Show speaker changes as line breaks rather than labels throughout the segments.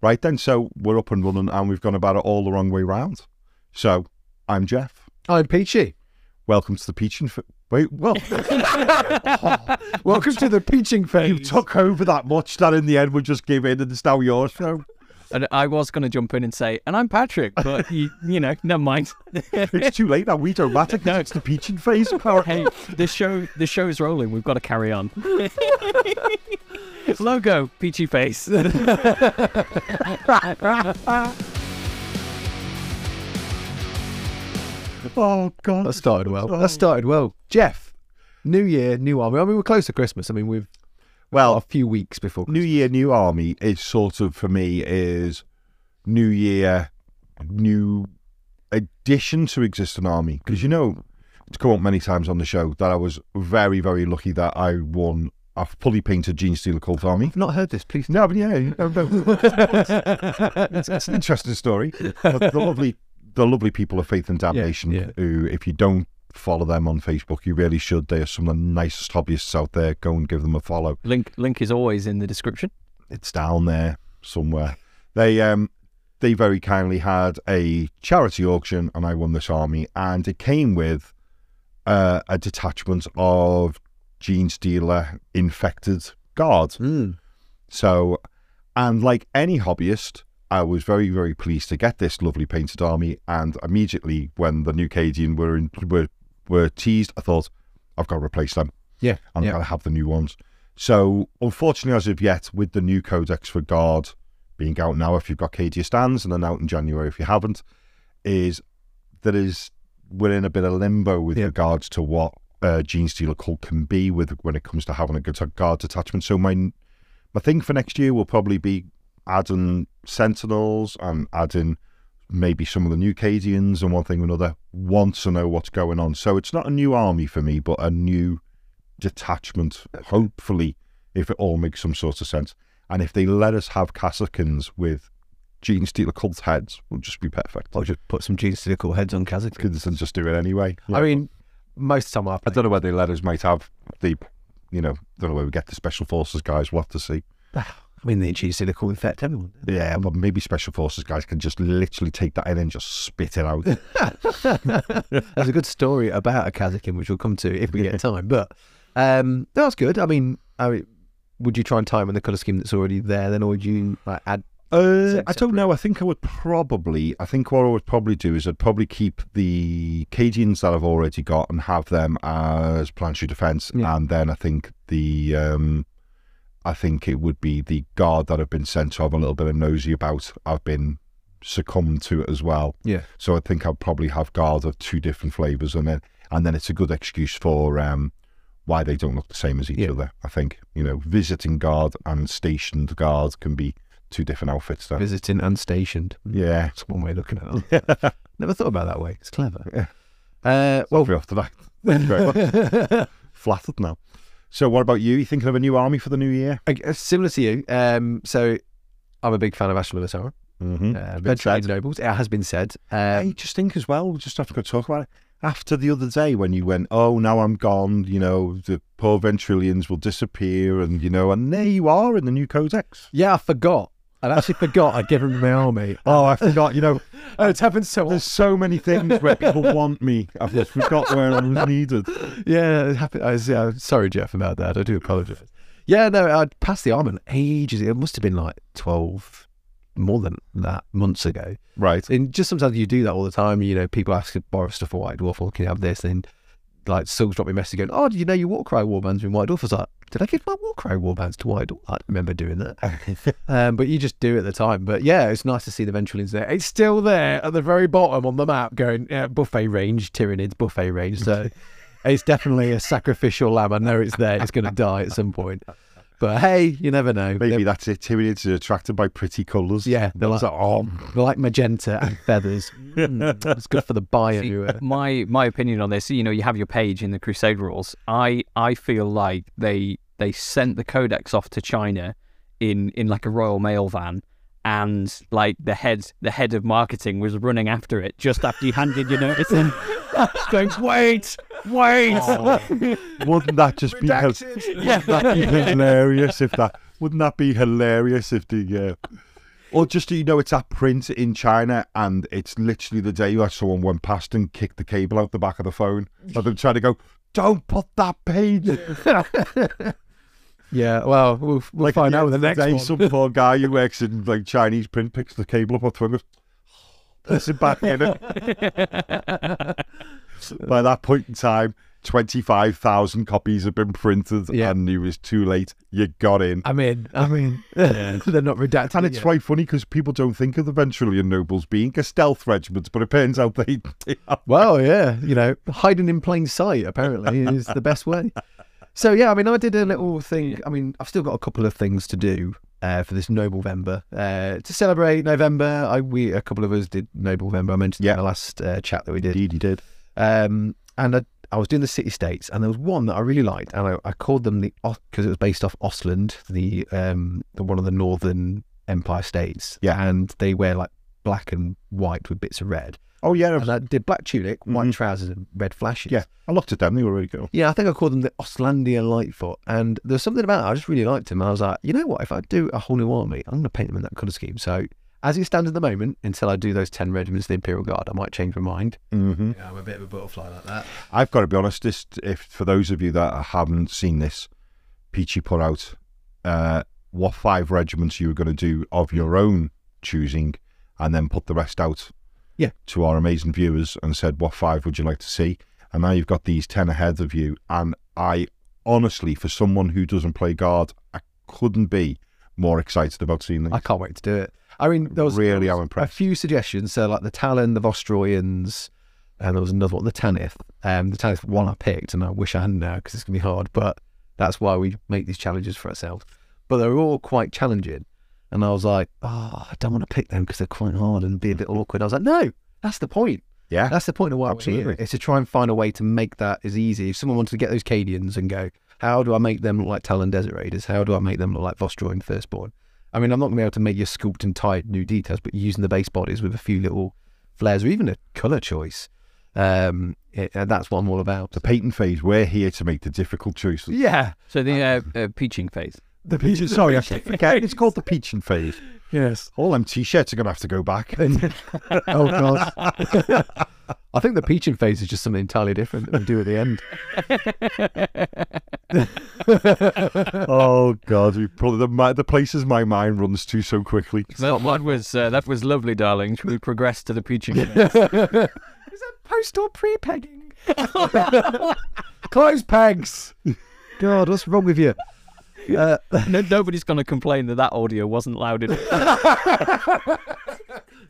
Right then, so we're up and running and we've gone about it all the wrong way round. So I'm Jeff.
I'm Peachy.
Welcome to the Peaching. F- Wait, well,
Welcome to the peaching phase.
you took over that much that in the end we just gave in and it's now your show.
And I was going to jump in and say, and I'm Patrick, but you, you know, never mind.
It's too late now. We don't matter 'cause
No.
it's the Peaching phase. apparently.
hey, the show, the show's rolling. We've got to carry on. Logo, peachy face.
Oh, God.
That started well. That started well. Jeff, new year, new army. I mean, we're close to Christmas. I mean, we've
Well,
got a few weeks before.
New Year, New Army is sort of for me is New Year, new addition to existing army because you know it's come up many times on the show that I was very very lucky that I won a fully painted Gene Steeler Cult Army.
I've not heard this. Please,
No, but yeah, no, no. it's, it's an interesting story. But the lovely, the lovely people of Faith and Damnation.
yeah.
Who, if you don't follow them on Facebook, you really should. They are some of the nicest hobbyists out there. Go and give them a follow
Link, link is always in the description.
it's down there somewhere. They um they very kindly had a charity auction and I won this army and it came with uh, a detachment of Gene Stealer infected guards.
Mm.
So and like any hobbyist, I was very, very pleased to get this lovely painted army and immediately when the new Cadian were in, were were teased, I thought, I've got to replace them
Yeah.
and
yeah.
gotta have the new ones. So, unfortunately, as of yet, with the new codex for guard being out now, if you've got KDA stands, and then out in January if you haven't, is there is we're in a bit of limbo with
Yeah.
regards to what uh, Gene Steeler cult can be with when it comes to having a good guard detachment. So my my thing for next year will probably be adding sentinels and adding maybe some of the new Cadians and one thing or another. Want to know what's going on. So it's not a new army for me, but a new detachment, hopefully, if it all makes some sort of sense. And if they let us have cassicans with Gene Steeler cult heads, will just be perfect.
I'll just put some jeans to the cool heads on Kazakh.
Kids and just do it anyway.
I mean, most of the time I
I
play.
don't know whether the letters might have the, you know, don't know where we get the special forces guys. We'll have to see.
I mean, the jeans to the cool infect everyone.
Yeah, but maybe special forces guys can just literally take that in and just spit it out.
There's a good story about a Kazakin, which we'll come to if we get time. But um, that's good. I mean, I mean, would you try and time in the colour scheme that's already there then, or would you like, add?
Uh, I
separate?
don't know. I think I would probably. I think what I would probably do is I'd probably keep the Cadians that I've already got and have them as planetary defense,
Yeah.
and then I think the. Um, I think it would be the guard that I've been sent to. I'm a little bit of nosy about. I've been succumbed to it as well.
Yeah.
So I think I'll probably have guard of two different flavors, and then and then it's a good excuse for um, why they don't look the same as each
Yeah.
other. I think you know, visiting guard and stationed guard can be two different outfits. There.
Visiting and stationed.
yeah,
That's one way of looking at it. Never thought about it that way. It's clever.
Yeah.
Uh, well,
over after that. Thank you very much. Flattered now. So, what about you? You thinking of a new army for the new year?
I guess similar to you. Um, so I'm a big fan of Ashland of Asara.
Mm-hmm.
Uh,
been
Benjamin
said.
Nobles. It has been said.
I
Um,
just think as well. We just have to go talk about it. After the other day when you went, oh, now I'm gone. You know, the poor Ventrillians will disappear, and you know, and there you are in the new Codex.
yeah, I forgot. I actually forgot I'd given my army.
Oh, I forgot. You know,
Oh, it's happened so often.
There's so many things where people want me. I've just forgot where I'm needed.
Yeah, it happened. I was, yeah, I'm sorry, Jeff, about that. I do apologize. Yeah, no, I'd passed the armament ages. It must have been like 12, more than that, months ago.
Right.
And just sometimes you do that all the time. You know, people ask to borrow stuff for White Dwarf, or can you have this? And like, Silks dropped me a message going, Oh, do you know your Warcry Warbands are in White Dwarf? I was like, Did I give my Warcry Warbands to White Dwarf? I don't remember doing that. um, but you just do it at the time. But yeah, it's nice to see the Ventralins there. It's still there at the very bottom on the map going, yeah, Buffet Range, Tyranids, Buffet Range. So it's definitely a sacrificial lamb. I know it's there. It's going to die at some point. But hey, you never know.
Maybe
They're-
that's it. Tyranids are attracted by pretty colours.
yeah, they're like,
It's like, oh,
they're like magenta and feathers. Mm, it's good for the buyer. who, uh,
my my opinion on this, you know, you have your page in the Crusade rules. I I feel like they they sent the codex off to China in in like a Royal Mail van, and like the head the head of marketing was running after it just after you handed your notice in, going wait wait.
wouldn't that just be, hil- wouldn't that be hilarious if that? Wouldn't that be hilarious if the uh, Or just so you know, it's at print in China, and it's literally the day where someone went past and kicked the cable out the back of the phone. So they're trying to go, don't put that page.
Yeah, well, we'll, f- we'll
Like,
find
at
out with the
end of
next
day,
one.
Some poor guy who works in like Chinese print picks the cable up off the phone, goes, puts it back in. By that point in time, twenty-five thousand copies have been printed,
Yeah.
and it was too late. You got in.
I'm in. I'm in. They're not redacted.
And it's
yet.
quite funny because people don't think of the Ventrillian nobles being a stealth regiment, but it turns out they, they are.
Well, yeah, you know, hiding in plain sight apparently is the best way. So yeah, I mean, I did a little thing. I mean, I've still got a couple of things to do uh, for this November uh, to celebrate November. I we a couple of us did November. I mentioned
Yeah.
in the last uh, chat that we did,
he did.
um, and I, I was doing the city states, and there was one that I really liked, and I, I called them the because it was based off Ostland, the um, the one of the northern empire states.
Yeah.
and they wear like black and white with bits of red
Oh yeah,
and
I,
I did black tunic, white
Mhm.
trousers, and red flashes.
yeah. I looked at them; they were really cool.
Yeah, I think I called them the Ostlandia Lightfoot. And there was something about it, I just really liked him. I was like, you know what? If I do a whole new army, I'm going to paint them in that colour scheme. So, as it stands at the moment, until I do those 10 regiments of the Imperial Guard, I might change my mind.
Mm-hmm.
Yeah, I'm a bit of a butterfly like that.
I've got to be honest. This, if for those of you that haven't seen this, Peachy put out uh, what five regiments you were going to do of your own choosing, and then put the rest out.
Yeah.
To our amazing viewers, and said, "What five would you like to see?" And now you've got these ten ahead of you. And I honestly, for someone who doesn't play guard, I couldn't be more excited about seeing them.
I can't wait to do it. I mean, there was
really am
a
impressed.
few suggestions. So, like the Talon, the Vostroyans, and there was another one, the Tanith. Um, the Tanith one I picked, and I wish I hadn't now because it's going to be hard, but that's why we make these challenges for ourselves. But they're all quite challenging. And I was like, oh, I don't want to pick them because they're quite hard and be a bit awkward. I was like, no, that's the point.
yeah.
That's the point of why we're
Absolutely.
here. It's to try and find a way to make that as easy. If someone wanted to get those Cadians and go, how do I make them look like Talon Desert Raiders? How do I make them look like Vostroy and Firstborn? I mean, I'm not going to be able to make your sculpted and tied new details, but using the base bodies with a few little flares or even a colour choice, um, it, and that's what I'm all about.
the patent phase. We're here to make the difficult choices.
Yeah,
So the uh, uh, peaching phase.
The peach. Sorry, I forget. It's called the peach and phase.
yes.
All them t-shirts are going to have to go back.
Oh god. I think the peaching phase is just something entirely different that we do at the end.
oh God, we probably the, mi- the places my mind runs to so quickly.
Well, that was uh, that was lovely, darling. Should we progress to the peaching phase?
Is that post or pre pegging? Close pegs. God, what's wrong with you? Uh,
No, nobody's going to complain that that audio wasn't loud enough.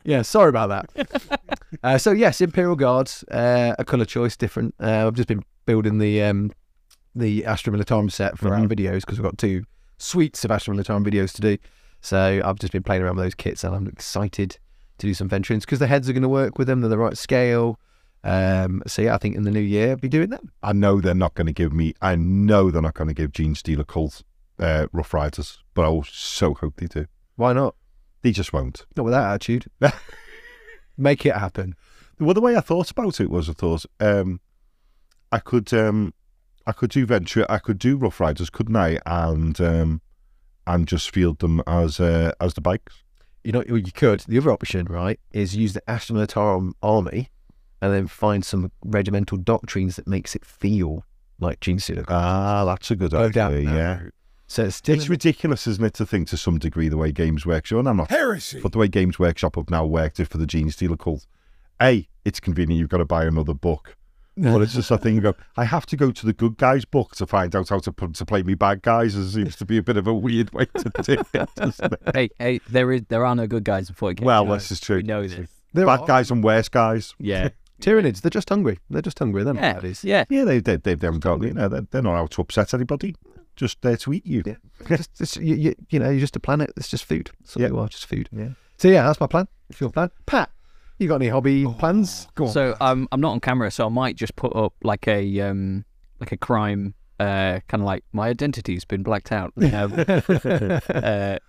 yeah, sorry about that. Uh, so yes, Imperial Guards, uh, a colour choice different. Uh, I've just been building the um, the Astra Militarum set for our videos because we've got two suites of Astra Militarum videos to do. So I've just been playing around with those kits and I'm excited to do some venturings because the heads are going to work with them. They're the right scale. Um, so yeah, I think in the new year I'll be doing them.
I know they're not going to give me. I know they're not going to give Gene Steele a cult uh, Rough Riders, but I will so hope they do.
Why not?
They just won't.
Not with that attitude. Make it happen.
Well, the way I thought about it was, I thought um, I could, um, I could do venture, I could do Rough Riders, couldn't I? And um, and just field them as uh, as the bikes.
You know, well, you could. The other option, right, is use the Aston Militarum army and then find some regimental doctrines that makes it feel like Gene Sinner.
Ah, that's a good
Go
idea.
down that
yeah.
route. So it's still
It's ridiculous, isn't it, to think to some degree the way Games Workshop, and I'm not
Heresy.
But the way Games Workshop have now worked it for the Gene Stealer cult, A, it's convenient you've got to buy another book. But it's just a thing you go, I have to go to the good guys book to find out how to, put, to play me bad guys. It seems to be a bit of a weird way to do it, doesn't it?
hey, hey, there is there are no good guys before it gets
Well,
dark.
this is true.
we know this.
There
Bad
are.
guys and worse guys.
Yeah,
tyrannids. They're just hungry. They're just hungry. They're
yeah, yeah.
Yeah, they, they, they, they haven't got, you know, they're, they're not out to upset anybody. Just there to eat you.
Yeah. just, just- you, you, you know, you're just a planet. It's just food. That's what
Yeah.
you are, just food.
Yeah.
So yeah, that's my plan. It's your plan. Pat, you got any hobby plans? Go on.
So um, I'm not on camera, so I might just put up like a um, like a crime, uh, kind of like my identity's been blacked out. Um, uh,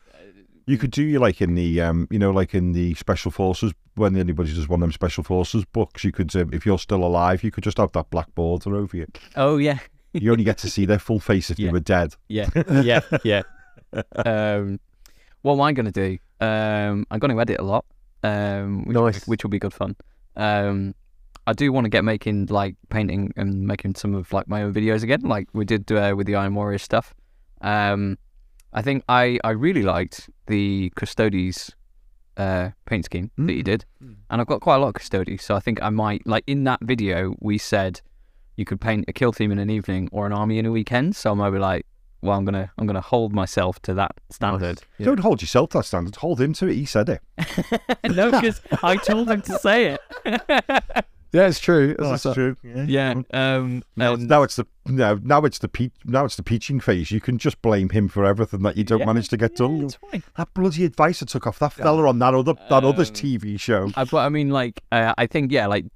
You could do you like in the um, you know, like in the special forces when anybody does one of them special forces books. You could, um, if you're still alive, you could just have that black border over you.
oh yeah,
You only get to see their full face if
Yeah.
they were dead.
yeah, yeah, yeah. Um, what am I going to do? Um, I'm going to edit a lot, um, which,
Nice.
which will be good fun. Um, I do want to get making like painting and making some of like my own videos again, like we did uh, with the Iron Warriors stuff. Um, I think I, I really liked the Custodes uh, paint scheme that you did, and I've got quite a lot of Custodes, so I think I might like in that video we said you could paint a kill theme in an evening or an army in a weekend. So I might be like, well, I'm gonna I'm gonna hold myself to that standard.
Yeah.
Don't hold yourself to that standard. Hold him to it. He said it.
no, because I told him to say it.
Yeah, it's true. That's what's up.
true. Yeah.
yeah. Um.
Now,
and-
now it's the now now it's the pe- now it's the peaching phase. You can just blame him for everything that you don't
Yeah,
manage to get
yeah,
done.
it's fine.
That bloody advice I took off that fella on that other that other
Um,
TV show.
I, but I mean, like, uh, I think yeah, like,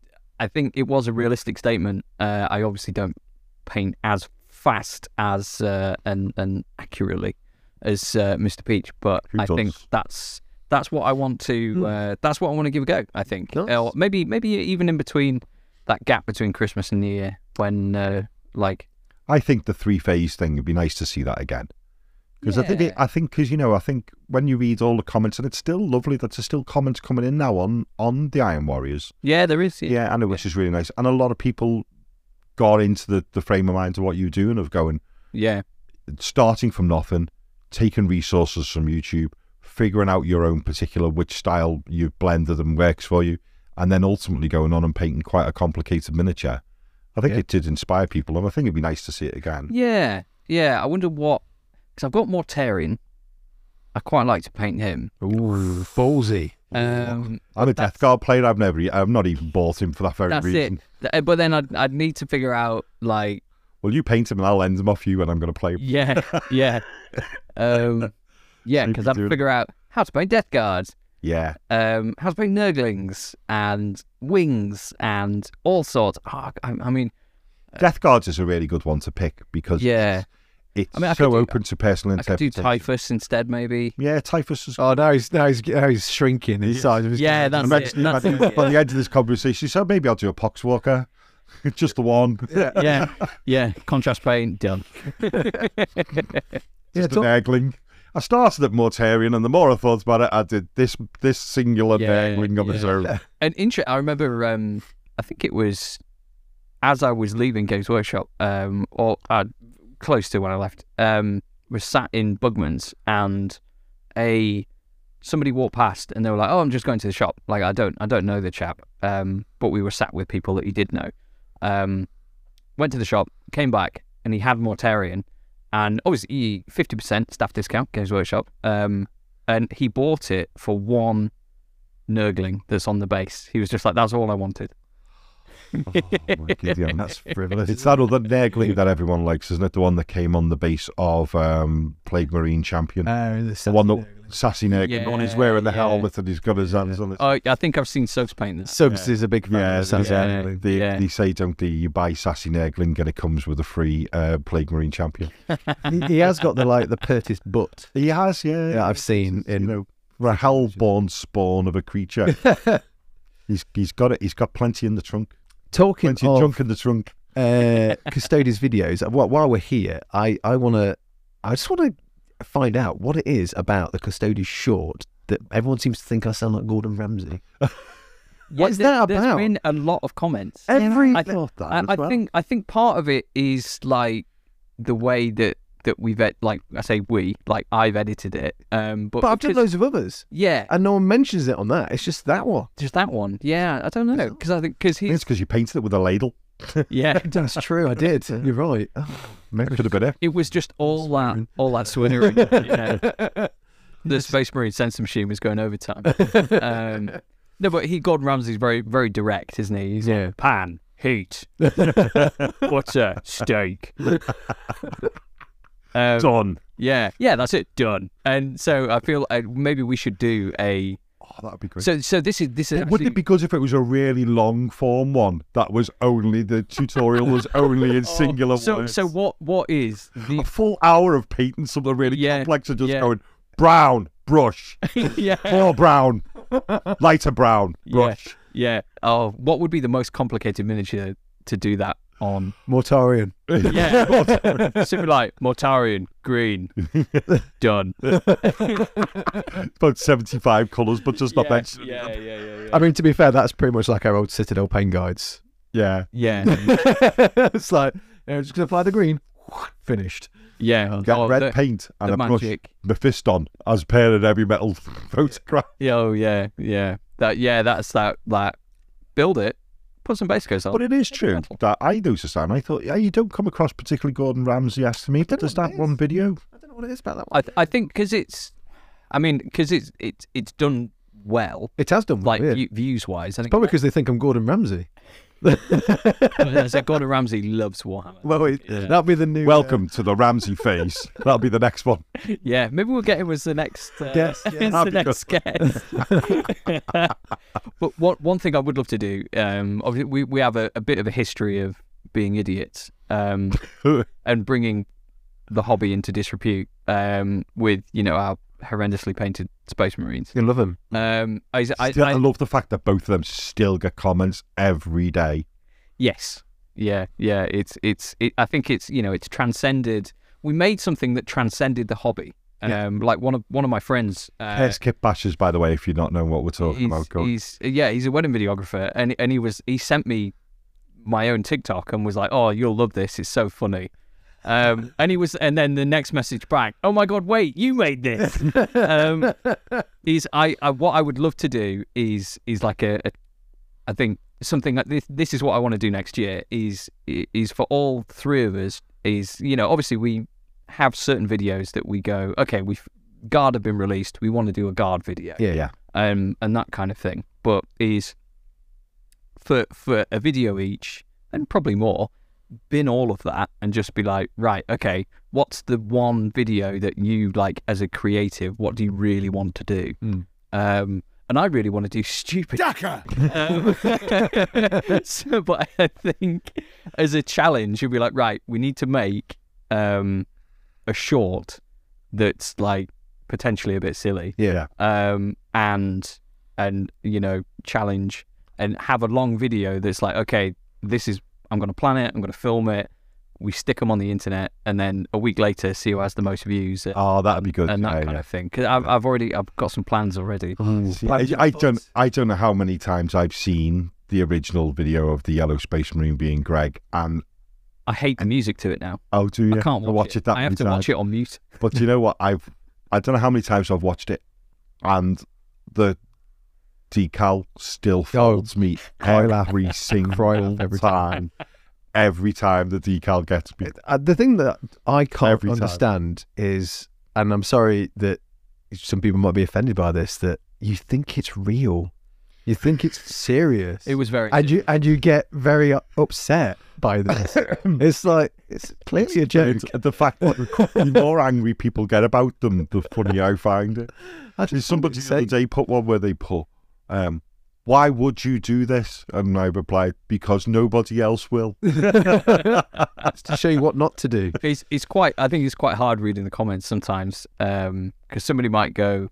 I think it was a realistic statement. Uh, I obviously don't paint as fast as uh, and and accurately as uh, Mr. Peach, but
Who
I think
does?
that's that's what I want to. Uh, that's what I want to give a go. I think,
Nice.
or maybe maybe even in between that gap between Christmas and New Year when uh, like
I think the three phase thing would be nice to see that again. Because I think it, I think because you know I think when you read all the comments and it's still lovely that there's still comments coming in now on on the Iron Warriors.
yeah, there is
Yeah, and it which is really nice. And a lot of people got into the the frame of mind of what you're doing of going
yeah.
starting from nothing, taking resources from YouTube, figuring out your own particular which style you've blended and works for you, and then ultimately going on and painting quite a complicated miniature. I think
Yeah.
it did inspire people, and I think it'd be nice to see it again.
Yeah, yeah. I wonder what because I've got Mortarian. I quite like to paint him.
Ooh, ballsy.
Um,
I'm a Death Guard player. I've never, e- I've not even bought him for that very
that's
reason.
it. Th- uh, But then I'd, I'd need to figure out like
Well, you paint him, and I'll lend him off you when I'm going to play. him.
yeah, yeah, um, yeah.
Maybe
Because I'd
do it.
figure out how to paint Death Guards,
Yeah,
um, how to paint Nurglings and wings and all sorts. Ah, I, I mean,
Death Guards is a really good one to pick because
Uh, yeah.
it's
I mean, I could
so
do-
open to personal
I could do
interpretation.
Typhus instead, maybe.
Yeah, typhus is
Oh, now he's now he's now he's shrinking in size. of his-
Yeah, that's it.
Imagine
That's
imagine
it.
by the end of this conversation, so maybe I'll do a pox walker. Just the one. Yeah.
Yeah, yeah. Contrast paint done.
Yeah,
Just an egling. I started at Mortarian, and the more I thought about it, I did this this singular
Yeah,
nagling of its
yeah.
own.
an intro. I remember. Um, I think it was as I was leaving Games Workshop, um, or uh, close to when I left. Um, was sat in Bugman's and a somebody walked past and they were like, "Oh, I'm just going to the shop. Like, I don't, I don't know the chap." Um, but we were sat with people that he did know. Um, went to the shop, came back, and he had Mortarian, and obviously fifty percent staff discount Games Workshop. Um, and he bought it for one nurgling that's on the base. He was just like, "That's all I wanted."
Oh, my Gideon, that's
frivolous.
It's that other nagling that everyone likes, isn't it? The one that came on the base of um, Plague Marine Champion.
Oh,
the one that Uh, sassy nagling. the one who's
Yeah,
wearing the
yeah.
helmet and he's got his hands on his.
Oh, I think I've seen Suggs paint this.
Subs is a big fan.
Yeah,
of Sassy
yeah.
Nagling.
They,
yeah.
they say, don't they? You buy Sassy Nagling and it comes with a free uh, Plague Marine Champion.
he, he has got the like the pertest butt
He has, yeah.
that I've seen
you
in
know, the hellborn spawn of a creature. he's he's got it. He's got plenty in the trunk.
talking
Plenty of
of
junk in the trunk.
uh, Custodes videos. uh, While, while we're here, I I want to I just want to find out what it is about the Custodes short that everyone seems to think I sound like Gordon Ramsay. What's
Yeah, there-
that
There's
about?
been a lot of comments.
Every
I thought I, I think I think part of it is like the way that that we've ed- like I say we like I've edited it. Um, but,
but I've done
because-
loads of others,
yeah,
and no one mentions it on that. It's just that one.
just that one. Yeah, I don't know because I think because
I think
he's
it's because you painted it with a ladle.
yeah.
That's true. I did. Oh, You're right.
That could have been it.
It was just all that all that swearing. yeah. The Space Marine sense machine was going overtime. Um, no, but he Gordon Ramsay's very very direct, isn't he? He's like,
Yeah.
pan heat butter steak. Um,
Done.
Yeah, yeah, that's it. Done. And so I feel uh, maybe we should do a.
Oh, that'd be great.
So so this is this is
Wouldn't it
actually-
be good if it was a really long form one that was only the tutorial was only in singular
Oh, so
words?
so what what is the
a full hour of painting something really
Yeah,
complex and just
yeah.
going brown brush,
yeah
more brown, lighter brown
Yeah.
brush.
yeah oh what would be the most complicated miniature to do that on.
Mortarian.
Yeah, simply like Mortarian green done.
About 75 colours, but just not
yeah,
mentioned.
yeah, yeah, yeah, yeah.
I mean, to be fair, that's pretty much like our old Citadel Pen guides.
Yeah.
yeah,
it's like, you know, just going to apply the green. Finished.
yeah.
Get
Oh,
red
the,
paint and
the
a brush
magic.
Mephiston as per in every metal photograph.
Yeah, Oh yeah, yeah. That yeah, that's that that build it, put some base coats on.
But it is true
Oh. metal.
that I noticed that and I thought, yeah, you don't come across particularly Gordon Ramsay asked me, but
don't know
there's
what
that
it
one
is.
video.
I don't know what it is about that one.
I th- I think because it's, I mean, because it's it's it's done well,
it has done
like
weird.
view, views wise. I think
Probably because they think I'm Gordon Ramsay.
so Gordon Ramsay loves Warhammer.
Well, it, that'll be the new. uh,
Welcome to the Ramsay phase. That'll be the next one.
Yeah, maybe we'll get him as the next uh,
Guest, yeah.
as the next guest. but one one thing I would love to do, um, obviously we we have a, a bit of a history of being idiots, um, and bringing the hobby into disrepute, um, with you know our horrendously painted Space Marines.
you love him.
Um, I, I,
Still, I,
I-
love the fact that both of them still get comments every day.
Yes. Yeah. Yeah. It's it's. It, I think it's you know it's transcended. We made something that transcended the hobby. Um,
Yeah.
like one of one of my friends. Uh,
Hair skip bashes, by the way, if you're not knowing what we're talking
he's,
about. Go.
he's- yeah, he's a wedding videographer, and and he was he sent me my own TikTok and was like, "Oh, you'll love this. It's so funny." Um, and he was, and then the next message back, "Oh my god, wait, you made this." um, is I, I what I would love to do is is like a, a I think something like this. This is what I want to do next year. Is is for all three of us. Is you know obviously we have certain videos that we go okay we've guard have been released we want to do a guard video
Yeah,
yeah.
um, and that kind of thing. But is for for a video each and probably more, bin all of that and just be like, right, okay, what's the one video that you like as a creative? What do you really want to do?
Mm.
Um, and I really want to do stupid. Um, so, but I think as a challenge, you'd be like, right, we need to make um, a short that's like potentially a bit silly
Yeah.
um, and and you know challenge and have a long video that's like okay this is i'm going to plan it i'm going to film it we stick them on the internet and then a week later see who has the most views and,
Oh, that'd be good.
and that
Yeah,
kind
yeah.
of thing because I've, I've already i've got some plans already
See, I, I don't. I don't know how many times I've seen the original video of the Yellow Space Marine being Greg, and
i hate the music to it now
oh, do you?
i can't watch,
it. that
i have
many
to
times.
watch it on mute
But you know what? I've. I don't know how many times I've watched it, and the decal still folds me
Oh, cry
every
laugh.
single
Cry laugh every
time. Every time the decal gets me.
Uh, the thing that I can't
Every time.
understand is, and I'm sorry that some people might be offended by this, that you think it's real, you think it's serious,
it was very
and you and you get very u- upset by this. it's like it's clearly a joke.
It's- the fact that the more angry people get about them, the funnier I find it.
I
Did
just
somebody the
say,
other day put one where they put, um, why would you do this? And I replied, because nobody else will.
it's to show you what not to do.
it's, it's quite i think it's quite hard reading the comments sometimes because somebody might go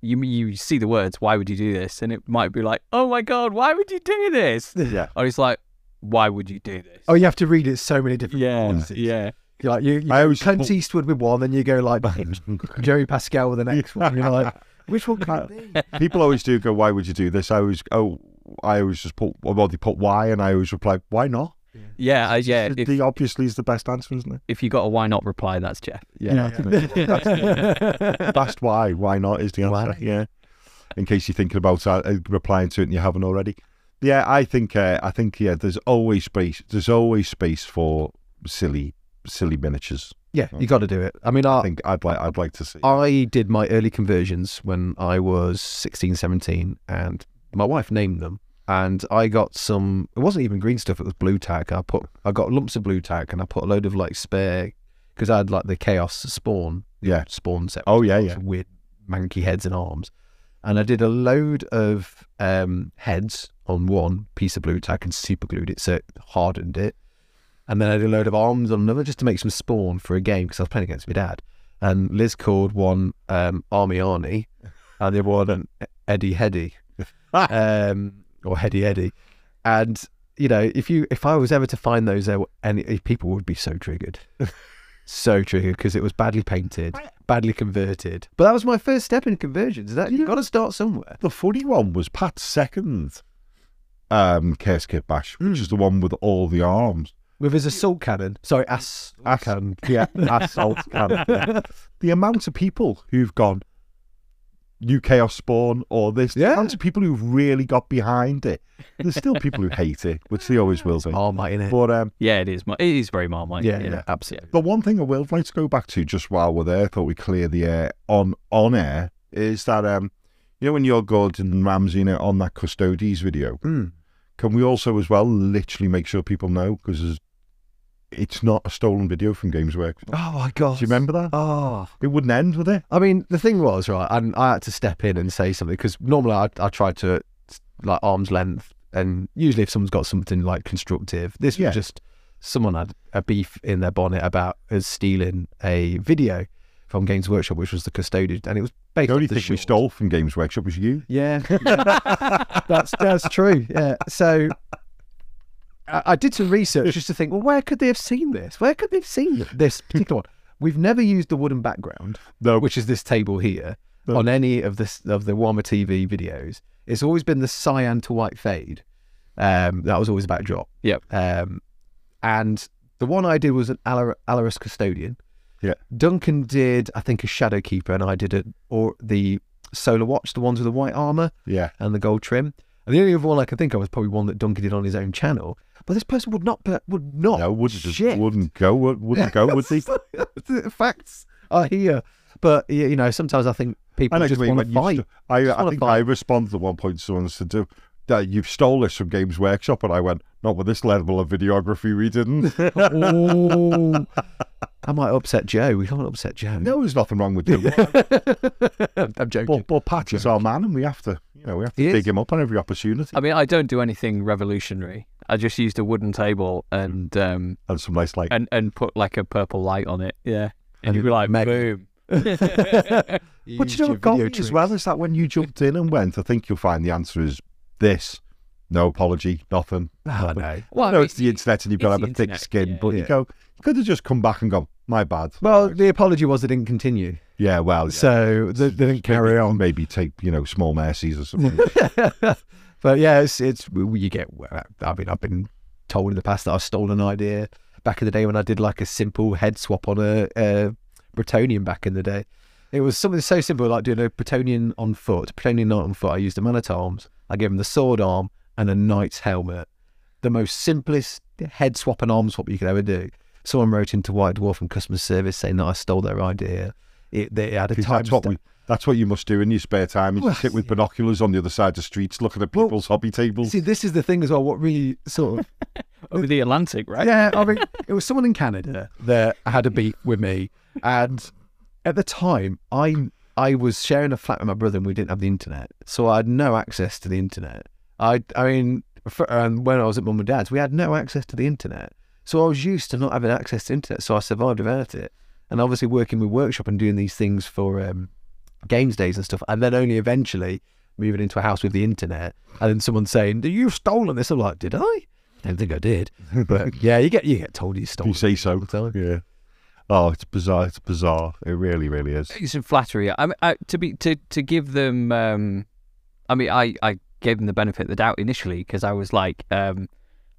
you you see the words why would you do this and it might be like oh my god why would you do this
Yeah.
or it's like why would you do this
Oh, you have to read it so many different.
yeah
ways.
yeah
You're like you, you
I always
Clint
thought-
Eastwood with one, then you go like Jerry Pascal with the next one. You're like, which one can it be?
People always do go, why would you do this? I always, oh, I always just put, well, they put why, and I always reply, why not?
yeah I- yeah
The-
Uh, if,
the obviously is the best answer, isn't it?
if you got a why not reply that's jeff
Yeah. Best why, why not is the answer.
Why
Yeah. In case you're thinking about uh, uh, replying to it and you haven't already. Yeah, I think uh, I think yeah. There's always space. There's always space for silly, silly miniatures.
Yeah, you got to do it. I mean, I,
I think I'd like I'd like to see.
I did my early conversions when I was 16, 17, and my wife named them. And I got some. It wasn't even green stuff. It was blue tack. I put. I got lumps of blue tack, and I put a load of like spare because I had like the chaos spawn.
Yeah.
spawn set.
Oh yeah,
lots
yeah.
of weird manky heads and arms. And I did a load of um, heads on one piece of blue tack and super glued it so it hardened it. And then I did a load of arms on another just to make some spawn for a game because I was playing against my dad. And Liz called one um, Army Arnie and the other one Eddie Heady um, or Heady Eddie. And you know, if you if I was ever to find those, there were- and it- people would be so triggered, so triggered because it was badly painted, badly converted. But that was my first step in conversions. That you got to start somewhere.
The funny one was Pat's second um, Curse Kit Bash, which is the one with all the arms.
With his assault cannon, sorry, um, ass,
Ass-
cannon.
Yeah, assault cannon. yeah. The amount of people who've gone, new Chaos Spawn or this, the
Yeah.
amount of people who've really got behind it. There's still people who hate it, which they always will be.
Marmite in it.
But um,
Yeah, it is. Mar- It is very Marmite.
Yeah, yeah, absolutely.
the one thing I will like to go back to just while we're there, thought we clear the air on on air, is that um, you know when you're Gordon Ramsay you know, on that Custodes video,
Mm.
can we also as well literally make sure people know because it's not a stolen video from Gamesworks. Do
Oh my gosh!
you remember that?
Oh,
It wouldn't end with it.
I mean, the thing was right, and I had to step in and say something because normally I, I try to like arm's length, and usually if someone's got something like constructive, this
Yeah.
was just someone had a beef in their bonnet about us stealing a video from Games Workshop, which was the custodian, and it was based
The only
off the
thing we
short.
stole from Games Workshop was you.
Yeah, that's that's true. Yeah, so. I I did some research just to think, well, where could they have seen this? Where could they have seen this particular one? We've never used the wooden background
No,
which is this table here,
Oh.
on any of this of the Wama TV videos, it's always been the cyan to white fade. Um, that was always a backdrop.
Yep.
Um, and the one I did was an Alar- Alaris custodian.
Yeah.
Duncan did, I think, a shadow keeper, and I did it or the solar watch, the ones with the white armor
yeah,
and the gold trim. And the only other one I could think of was probably one that Duncan did on his own channel. But this person would not, would not,
no, wouldn't just
shift.
wouldn't go, would- wouldn't go, would they?
the facts are here. But y- you know, sometimes I think people
I know
just
what you mean,
want to
when you st-
fight.
I,
Just
I
wanna
think
fight.
I responded at one point to someone said, "Do- that you've stole this from Games Workshop, and I went, not with this level of videography, we didn't.
Oh, I might upset Joe. We can't upset Joe.
no, there's nothing wrong with you.
I'm joking.
but, but Pat is our man, and we have to, you know, we have to
He is. Uh,
dig him up on every opportunity.
I mean, I don't do anything revolutionary. I just used a wooden table and um
And some nice like,
and and put like a purple light on it. Yeah, and,
And
you'd be like,
Meg-
boom.
But you know what got me as well is that when you jumped in and went, I think you'll find the answer is this. No apology, nothing.
I know.
Well,
I know it's the internet and you've got to
it's
have a
the
thick
internet,
skin,
yeah.
but you
Yeah.
go, you could have just come back and gone, my bad.
Well, the apology was it didn't continue,
yeah, well, yeah.
so they, they didn't carry
maybe,
on.
Maybe take, you know, small mercies or something.
but yeah, it's it's you get. uh, I mean, I've been told in the past that I stole an idea back in the day when I did like a simple head swap on a, a Bretonian back in the day. It was something so simple like doing a Bretonian on foot, Bretonian knight on foot. I used a man at arms. I gave him the sword arm and a knight's helmet. The most simplest head swap and arm swap you could ever do. Someone wrote into White Dwarf from customer service saying that I stole their idea. It, they had a
'Cause
time
that's what we. That's what you must do in your spare time. You just sit with binoculars on the other side of the streets, looking at
Well,
people's hobby tables.
See, this is the thing as well. What really sort of
over the Atlantic, right?
Yeah, I mean, it was someone in Canada that had a beef with me, and at the time, I I was sharing a flat with my brother, and we didn't have the internet, so I had no access to the internet. I I mean, for, um, when I was at mum and dad's, we had no access to the internet, so I was used to not having access to internet, so I survived without it. And obviously, working with workshop and doing these things for um, games days and stuff, and then only eventually moving into a house with the internet, and then someone saying, "You've stolen this," I'm like, "Did I?" I don't think I did. But yeah, you get you get told you
If
stole.
you
it
say
all
so.
the time.
Yeah. Oh, it's bizarre. It's bizarre. It really, really is.
some flattery. I, mean, I to be to to give them. Um, I mean, I I gave them the benefit of the doubt initially because I was like, um,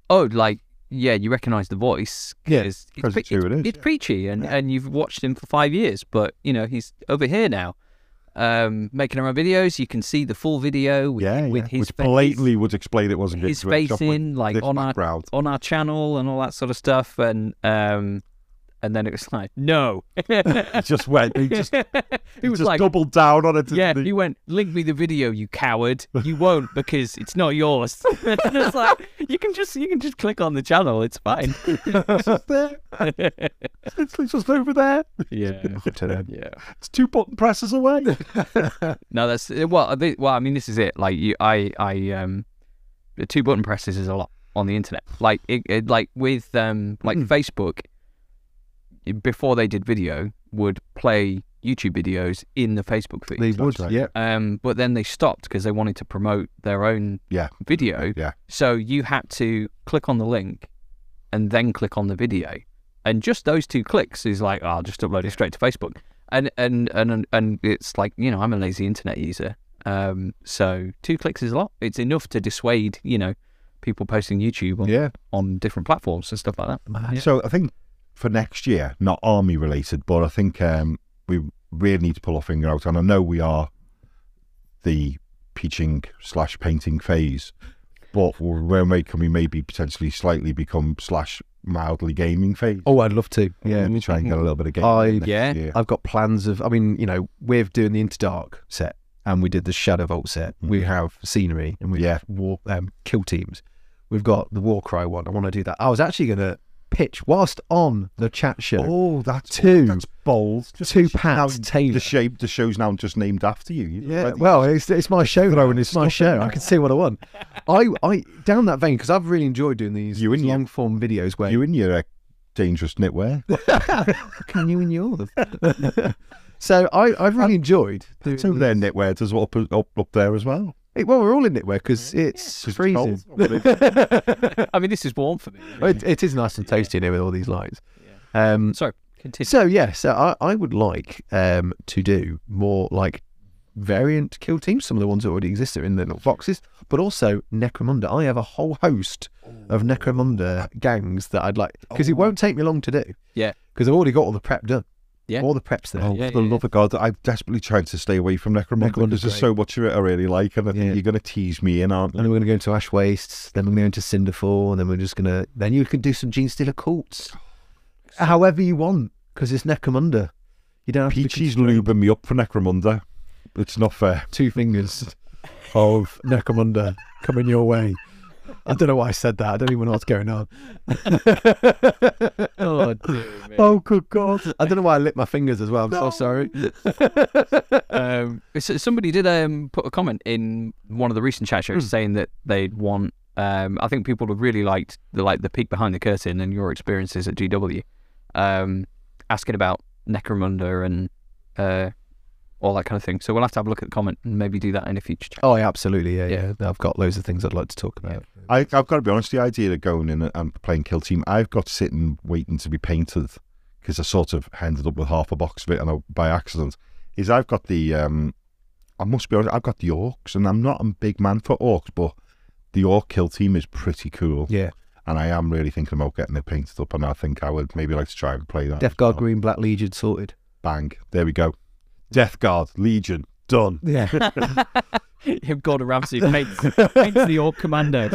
oh, like yeah, you recognise the voice.
Yeah,
'cause it's,
'cause
pre-
it's who it is,
it's
yeah.
preachy, and and you've watched him for five years, but you know he's over here now, um, making our own videos. You can see the full video. With,
yeah,
with
yeah.
his
which
face,
blatantly would explain it wasn't
his
Games Workshop
face
with
in like
this
on our
background.
on our channel and all that sort of stuff, and um, and then it was like no.
He just went. He just,
it was
just
like
doubled down on it. didn't
yeah,
he?
he went, link me the video, you coward. You won't because it's not yours. and it's like you can just you can just click on the channel, it's fine.
It's there. It's just over there.
yeah.
Internet.
Yeah.
It's two button presses away.
No, that's well thi- well, I mean this is it. Like you I I um the two button presses is a lot on the internet. Like it, it like Hmm. with um like Facebook before they did video would play YouTube videos in the Facebook feed.
They would,
right.
yeah.
Um, but then they stopped because they wanted to promote their own
Yeah.
video.
Yeah.
So you had to click on the link and then click on the video. And just those two clicks is like, oh, I'll just upload it straight to Facebook. And and and and it's like, you know, I'm a lazy internet user. Um, so two clicks is a lot. It's enough to dissuade, you know, people posting YouTube on,
Yeah.
on different platforms and stuff like that. Yeah.
So I think for next year, not army related, but I think um, we really need to pull our finger out. And I know we are the teaching slash painting phase, but when we can we maybe potentially slightly become slash mildly gaming phase?
Oh, I'd love to. Yeah.
Maybe try and get a little bit of gaming.
I-
next
Yeah.
year.
I've got plans of. I mean, you know, we're doing the Interdark set, and we did the Shadow Vault set. We have scenery, and we
Mm-hmm. Yeah.
have war um, kill teams. We've got the Warcry one. I want to do that. I was actually going to pitch whilst on the chat show.
Oh, that's
Two.
That's bold. Just
Two
now
Pat Taylor.
the shape the show's now just named after you. You're
Yeah,
ready.
well, it's, it's my show, Rowan. It's my show. I can see what I want. I, I down that vein because I've really enjoyed doing these
You and you.
long form videos where
you in your uh, dangerous knitwear.
can you and you all. so I, I've really enjoyed. Doing
It's over there, knitwear does up, up up there as well.
Hey, well, we're all in knitwear because it's
'Cause it's
freezing.
cold.
I mean, this is warm for me.
It, it is nice and toasty in here with all these lights. Um,
Sorry, continue.
so yeah, so I, I would like um, to do more like variant kill teams, some of the ones that already exist are in the little boxes, but also Necromunda. I have a whole host of Necromunda gangs that I'd like because it won't take me long to do.
Oh. Yeah.
because I've already got all the prep done.
Yeah.
all the preps there.
Oh,
Yeah,
for the
yeah,
love of God, I'm desperately trying to stay away from Necromunda
Necromunda's
because there's
great.
so much of it I really like, and I think
Yeah.
you're going to tease me in, aren't
And
you?
then we're going to go into Ash Wastes, then we're going to go into Cinderfall, and then we're just going to. Then you can do some Gene Stealer cults. However you want, because it's Necromunda. You don't have to be
Peachy's lubing me up for Necromunda. It's not fair.
two fingers of Necromunda coming your way. I don't know why I said that. I don't even know what's going on.
Oh,
Oh, good God. I don't know why I licked my fingers as well. I'm so sorry.
um, so- somebody did um, put a comment in one of the recent chat shows saying that they'd want. Um, I think people have really liked the like the peek behind the curtain and your experiences at GW, um, asking about Necromunda and uh, all that kind of thing. So we'll have to have a look at the comment and maybe do that in a future chat.
Oh, yeah, absolutely. Yeah, yeah, I've got loads of things I'd like to talk about.
I, I've got to be honest, the idea of going in and playing Kill Team, I've got sitting waiting to be painted because I sort of ended up with half a box of it and I, by accident. Is I've got the, um, I must be honest, I've got the orcs, and I'm not a big man for orcs, but the orc Kill Team is pretty cool.
Yeah.
And I am really thinking about getting it painted up, and I think I would maybe like to try and play that.
Death Guard Green, Black Legion sorted.
Bang. There we go. Death Guard, Legion, done.
Yeah.
Gordon Ramsay paints, paints the Orc Commando.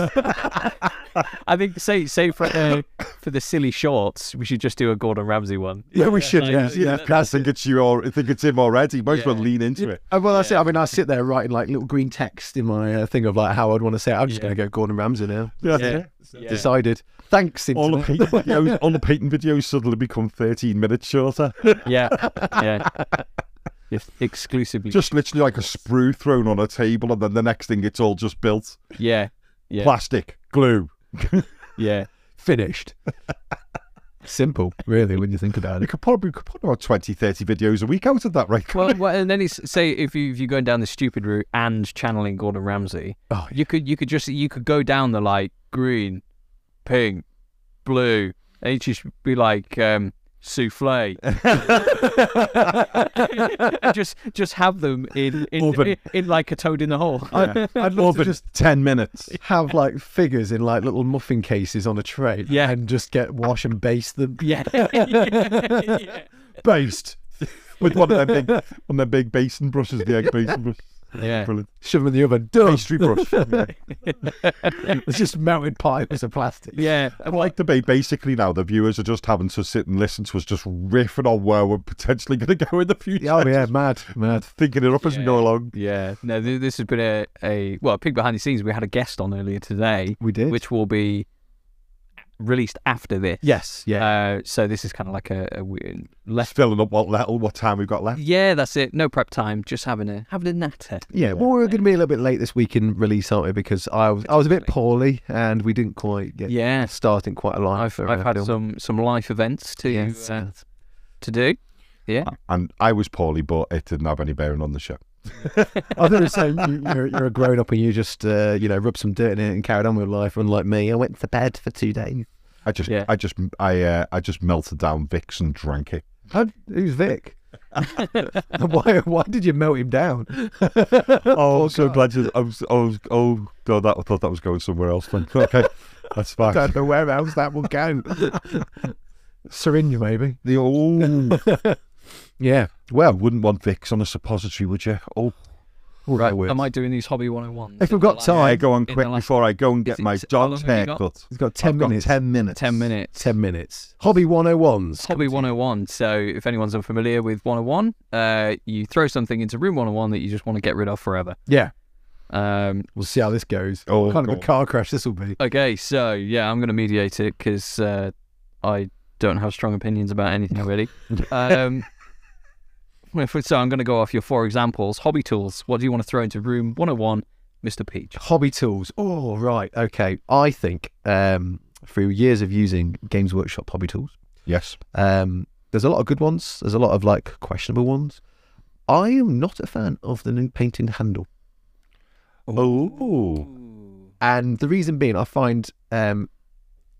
I think say say for uh, for the silly shorts, we should just do a Gordon Ramsay one.
Yeah, we should.
yeah, yeah.
I think it's you. Or, I think it's him already. Might as well lean into it.
Uh, Well, that's it. I mean, I sit there writing like little green text in my uh, thing of like how I'd want to say it. I'm just
Yeah.
going to go Gordon Ramsay now.
Yeah.
Decided. Thanks,
All the
internet.
painting videos, all the painting videos suddenly become 13 minutes shorter.
Yeah, yeah. Yes, exclusively.
Just literally like a sprue thrown on a table, and then the next thing it's all just built
yeah, yeah,
plastic, glue.
yeah.
Finished. Simple, really, when you think about
You
it.
could probably could put about 20, 30 videos a week out of that, right?
Well, well, and then it's, say if you if you're going down the stupid route and channeling Gordon Ramsay,
Oh,
you could you could just you could go down the like green, pink, blue, and you just be like um, souffle. just just have them in in,
Oven.
in like a toad in the hole.
I, I'd love to
Oven,
just
10 minutes.
have like figures in like little muffin cases on a tray.
Yeah.
And just get wash and base them.
yeah. yeah.
Based. With one of them big, one of them big basin brushes, the egg basin brush.
Yeah.
Brilliant.
Shove them in the oven. Done.
Pastry brush.
It's just melted pipes of plastic.
Yeah.
like debate basically now the viewers are just having to sit and listen to us just riffing on where we're potentially going to go in the future
Oh, yeah. Mad. Mad.
thinking it up as we go along
Yeah, no, th- this has been a, a well, a peek behind the scenes. We had a guest on earlier today,
We did.
which will be released after this.
yes. Yeah.
Uh, so this is kind of like a, a weird
Just
left.
filling up what little what time we've got left
Yeah, that's it. No prep time. Just having a having a natter.
Yeah, well, we're going to be a little bit late this week in release, aren't we? Because I was I was a bit poorly and we didn't quite get
Yeah,
starting quite a lot.
I've
for,
I've
uh,
had
film.
some some life events to
Yes,
uh,
yes.
to do. Yeah.
And I was poorly, but it didn't have any bearing on the show.
I thought it was saying you- you're, you're a grown up and you just, uh, you know, rubbed some dirt in it and carried on with life. Unlike me, I went to bed for two days.
I just,
Yeah.
I just, I, uh, I just melted down Vix and drank it.
How, who's Vic? why, why did you melt him down?
Oh, I'm so glad you. I was, I was, oh, God, that, I thought that was going somewhere else. Then. Okay, that's fine.
Don't know where else that will go. Syringe, maybe.
The old,
Yeah.
well, wouldn't want Vix on a suppository, would you? Oh,
Right.
Am I doing these hobby 101?
If we've got
I
time,
go on
the
quick
last-
before I go and get
Is it-
my
is it- how
dog's
long have you got?
haircut.
he's got 10
I've got
minutes.
10 minutes.
10 minutes.
10 minutes. Hobby 101s.
Hobby 101. So, if anyone's unfamiliar with 101, uh, you throw something into room 101 that you just want to get rid of forever.
Yeah.
Um,
We'll see how this goes.
Oh,
kind of a
God.
car crash this will be.
okay, so yeah, I'm going to mediate it because uh, I don't have strong opinions about anything really. um, if we- so, I'm going to go off your four examples. Hobby tools. What do you want to throw into room 101, Mr. Peach?
Hobby tools. Oh, right. Okay. I think um, through years of using Games Workshop hobby tools,
Yes.
Um, there's a lot of good ones. There's a lot of like questionable ones. I am not a fan of the new painting handle,
Oh,
and the reason being, I find um,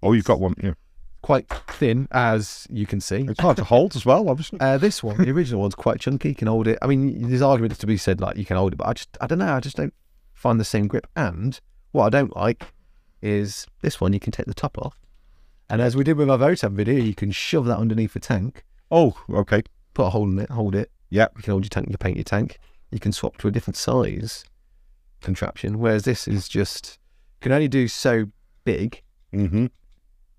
oh, you've got one. Yeah.
quite thin, as you can see.
It's hard to hold as well, obviously.
Uh, this one, the original one's quite chunky. You can hold it. I mean, there's arguments to be said like you can hold it, but I just, I don't know. I just don't find the same grip. And what I don't like is this one. You can take the top off, and as we did with our Votan video, you can shove that underneath the tank,
Oh, okay.
put a hole in it, hold it,
Yeah.
you can hold your tank, you can paint your tank, you can swap to a different size contraption. Whereas this is just can only do so big
Mm-hmm.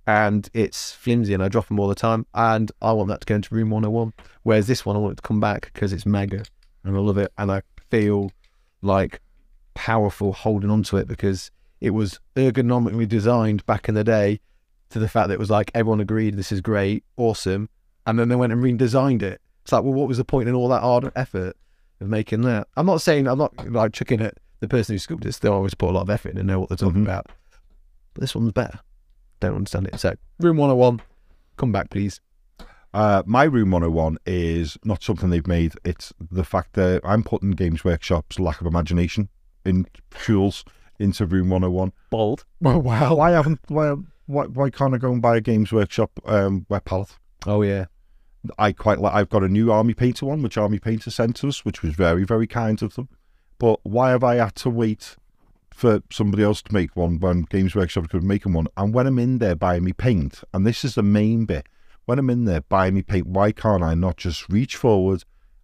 and it's flimsy and I drop them all the time. And I want that to go into room 101. Whereas this one, I want it to come back because it's mega and I love it. And I feel like powerful holding onto it because it was ergonomically designed back in the day to the fact that it was like everyone agreed this is great, awesome. And then they went and redesigned it. It's like, well, what was the point in all that hard effort of making that? I'm not saying I'm not like chucking at the person who sculpted this. They always put a lot of effort in and know what they're talking
Mhm.
about. But this one's better. Don't understand it. So, room 101, come back, please.
Uh, my room 101 is not something they've made. It's the fact that I'm putting Games Workshop's lack of imagination in tools into room 101.
Bold.
Oh,
Well, wow.
Why haven't why why, why can't I go and buy a Games Workshop um, wet palette?
Oh, yeah.
I quite like. I've got a new Army Painter one, which Army Painter sent us, which was very very kind of them. But why have I had to wait for somebody else to make one when Games Workshop could be making one? And when I'm in there buying me paint, and this is the main bit, when I'm in there buying me paint, why can't I not just reach forward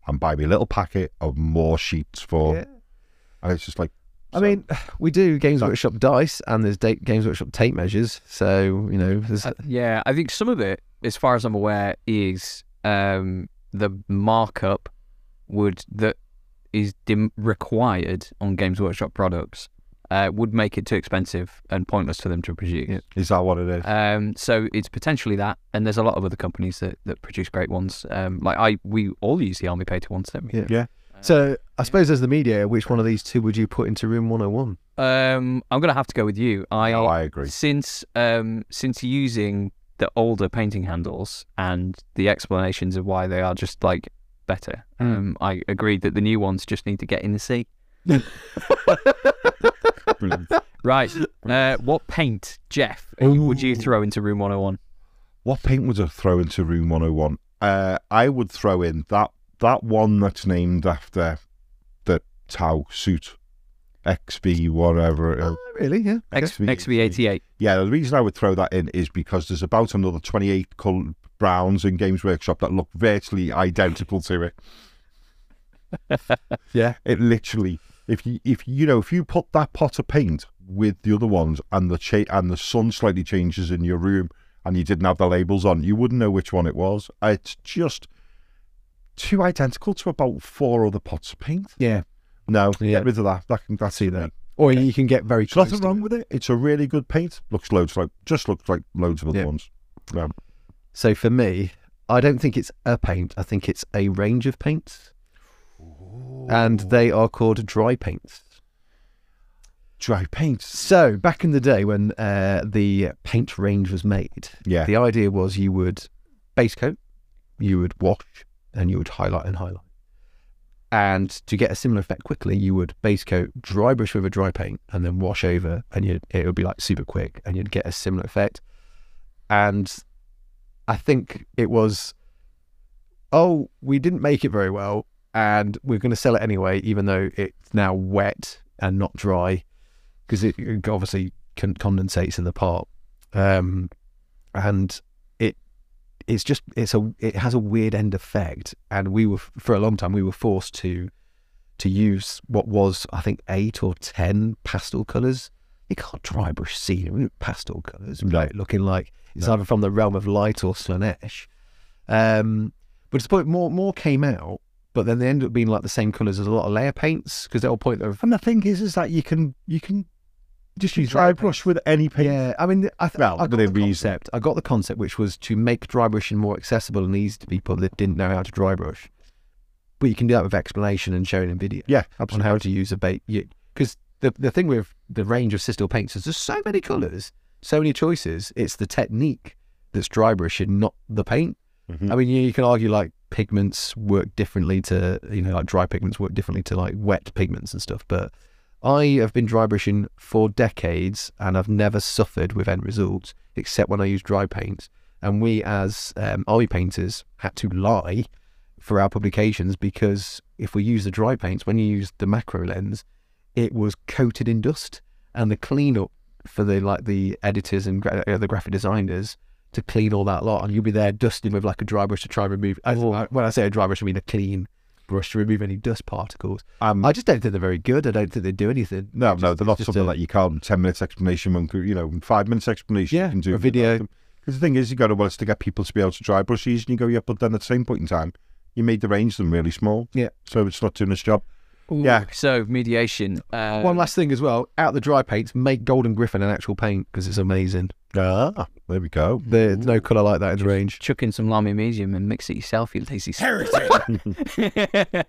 and buy me a little packet of more sheets for?
Yeah.
And it's just like,
I
so-
mean, we do Games Workshop dice and there's date, Games Workshop tape measures. So, you know, there's,
Uh, yeah, I think some of it, as far as I'm aware, is um, the markup would that is dim- required on Games Workshop products uh, would make it too expensive and pointless for them to produce.
is that what it is?
Um, so it's potentially that, and there's a lot of other companies that, that produce great ones. Um, like I, we all use the Army Painter ones, don't we?
Yeah.
yeah.
so I suppose as the mediator, which one of these two would you put into room 101?
Um, I'm gonna have to go with you. I,
Oh, I agree.
since um since using the older painting handles and the explanations of why they are just like better um i agreed that the new ones just need to get in the sea
Brilliant.
right uh what paint jeff would you throw into room 101
What paint would I throw into room 101? Uh, I would throw in that that one that's named after the Tau suit, XV, whatever. it is.
really? Yeah.
X-
XV.
xv88
Yeah, the reason I would throw that in is because there's about another 28 col- browns in Games Workshop that look virtually identical to it.
Yeah.
It literally, if you if you know if you put that pot of paint with the other ones and the cha- and the sun slightly changes in your room and you didn't have the labels on, you wouldn't know which one it was. It's just too identical to about four other pots of paint.
Yeah.
No,
Yeah.
get rid of that. That can that's
See
it.
that. Or you can get very
There's
close.
nothing
to
wrong
it.
with it. It's a really good paint. Looks loads like just looks like loads of other
Yeah.
ones.
So for me, I don't think it's a paint. I think it's a range of paints. And they are called dry paints.
Dry paints.
So back in the day when uh, the paint range was made,
Yeah.
the idea was you would base coat, you would wash, and you would highlight and highlight. And to get a similar effect quickly, you would base coat, dry brush with a dry paint, and then wash over, and you'd, it would be like super quick, and you'd get a similar effect. And I think it was, oh, we didn't make it very well, and we're going to sell it anyway, even though it's now wet and not dry, because it it obviously con- condensates in the part. Um, and it it's just it's a it has a weird end effect, and we were for a long time we were forced to to use what was I think eight or ten pastel colors. You can't dry brush scenery with pastel colors
No.
without looking like it's either from the realm of light or Slanesh. Um, but it's point more more came out, but then they ended up being like the same colors as a lot of layer paints because they'll point their
And the thing is, is that you can you can just use
dry
dry brush with any paint.
Yeah, I mean, I th-
Well,
I got
within
the
reason.
concept. I got the concept, which was to make dry brushing more accessible and easy to people that didn't know how to dry brush. But you can do that with explanation and showing in video
Yeah,
on
absolutely.
how to use a bait. Because the the thing with the range of Sistel paints is there's so many colours, so many choices. It's the technique that's dry brushing, not the paint.
Mhm.
I mean, you, you can argue like pigments work differently to you know like dry pigments work differently to like wet pigments and stuff, but I have been dry brushing for decades and I've never suffered with end results except when I use dry paints. And we, as um, army painters, had to lie for our publications because if we use the dry paints, when you use the macro lens, it was coated in dust. And the cleanup for the like the editors and gra- uh, the graphic designers to clean all that lot, and you'll be there dusting with like a dry brush to try and remove. I,
Oh.
when I say a dry brush, I mean a clean brush to remove any dust particles.
Um,
I just don't think they're very good. I don't think they do anything.
no,
It's
no,
just-
they're not
it's just
something
a-
that you can ten minutes explanation. When, you know, five minutes explanation.
Yeah,
you can do
a video.
Because the thing is, you got to well, it's to get people to be able to dry brush these, and you go, yeah, but then at the same point in time, you made the range them really small.
Yeah.
So it's not doing its job.
Ooh,
Yeah.
So mediation. Uh,
One last thing as well. Out the dry paints, make Golden Griffin an actual paint because it's amazing.
Ah, there we go.
There's no colour like that in the range.
chuck in some lamy medium and mix it yourself, you lazy heretic.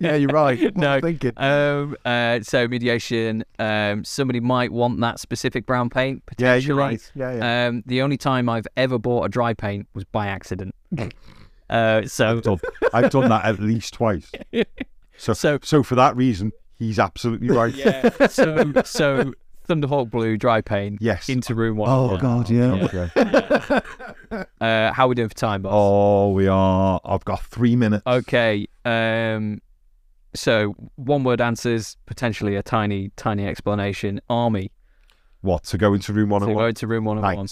Yeah, you're right. What
No.
I'm thinking.
um, uh, so mediation. Um, somebody might want that specific brown paint.
Yeah,
Potentially.
you're right. Yeah, yeah.
Um, the only time I've ever bought a dry paint was by accident. uh, so
Done. I've done that at least twice. So, so,
So-
for that reason, he's absolutely right.
yeah, so so Thunderhawk blue dry paint
Yes.
into room one.
Oh God, yeah.
Okay.
Uh, how are we doing for time, boss?
Oh, we are. I've got three minutes.
Okay. Um, so one word answers, potentially a tiny, tiny explanation. Army.
What to go into room one
So
and
go
one?
to room one
Knights.
one.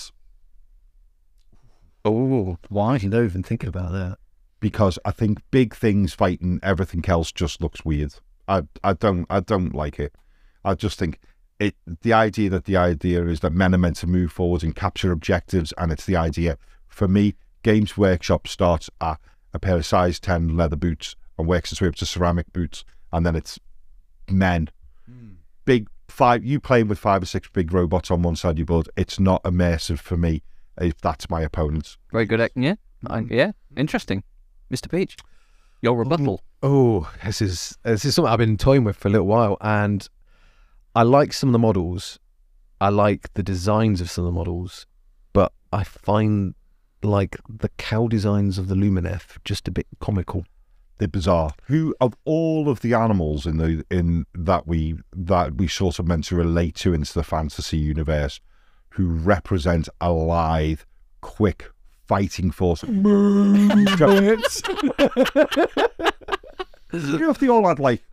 Oh, why did I even think about that?
because I think big things fighting everything else just looks weird. I I don't I don't like it. I just think it the idea that the idea is that men are meant to move forward and capture objectives, and it's the idea for me. Games Workshop starts at a pair of size ten leather boots and works its way up to ceramic boots, and then it's men big five you playing with five or six big robots on one side of your board. It's not immersive for me if that's my opponent.
Very good. ac- Yeah. I-
Mm-hmm.
yeah. Interesting. Mr. Peach, your rebuttal.
Oh, this is this is something I've been toying with for a little while, and I like some of the models. I like the designs of some of the models, but I find like the cow designs of the Luminef just a bit comical.
they're bizarre. Who of all of the animals in the in that we that we sort of meant to relate to into the fantasy universe, who represent a lithe, quick fighting force?
Mm.
you know if they all had like,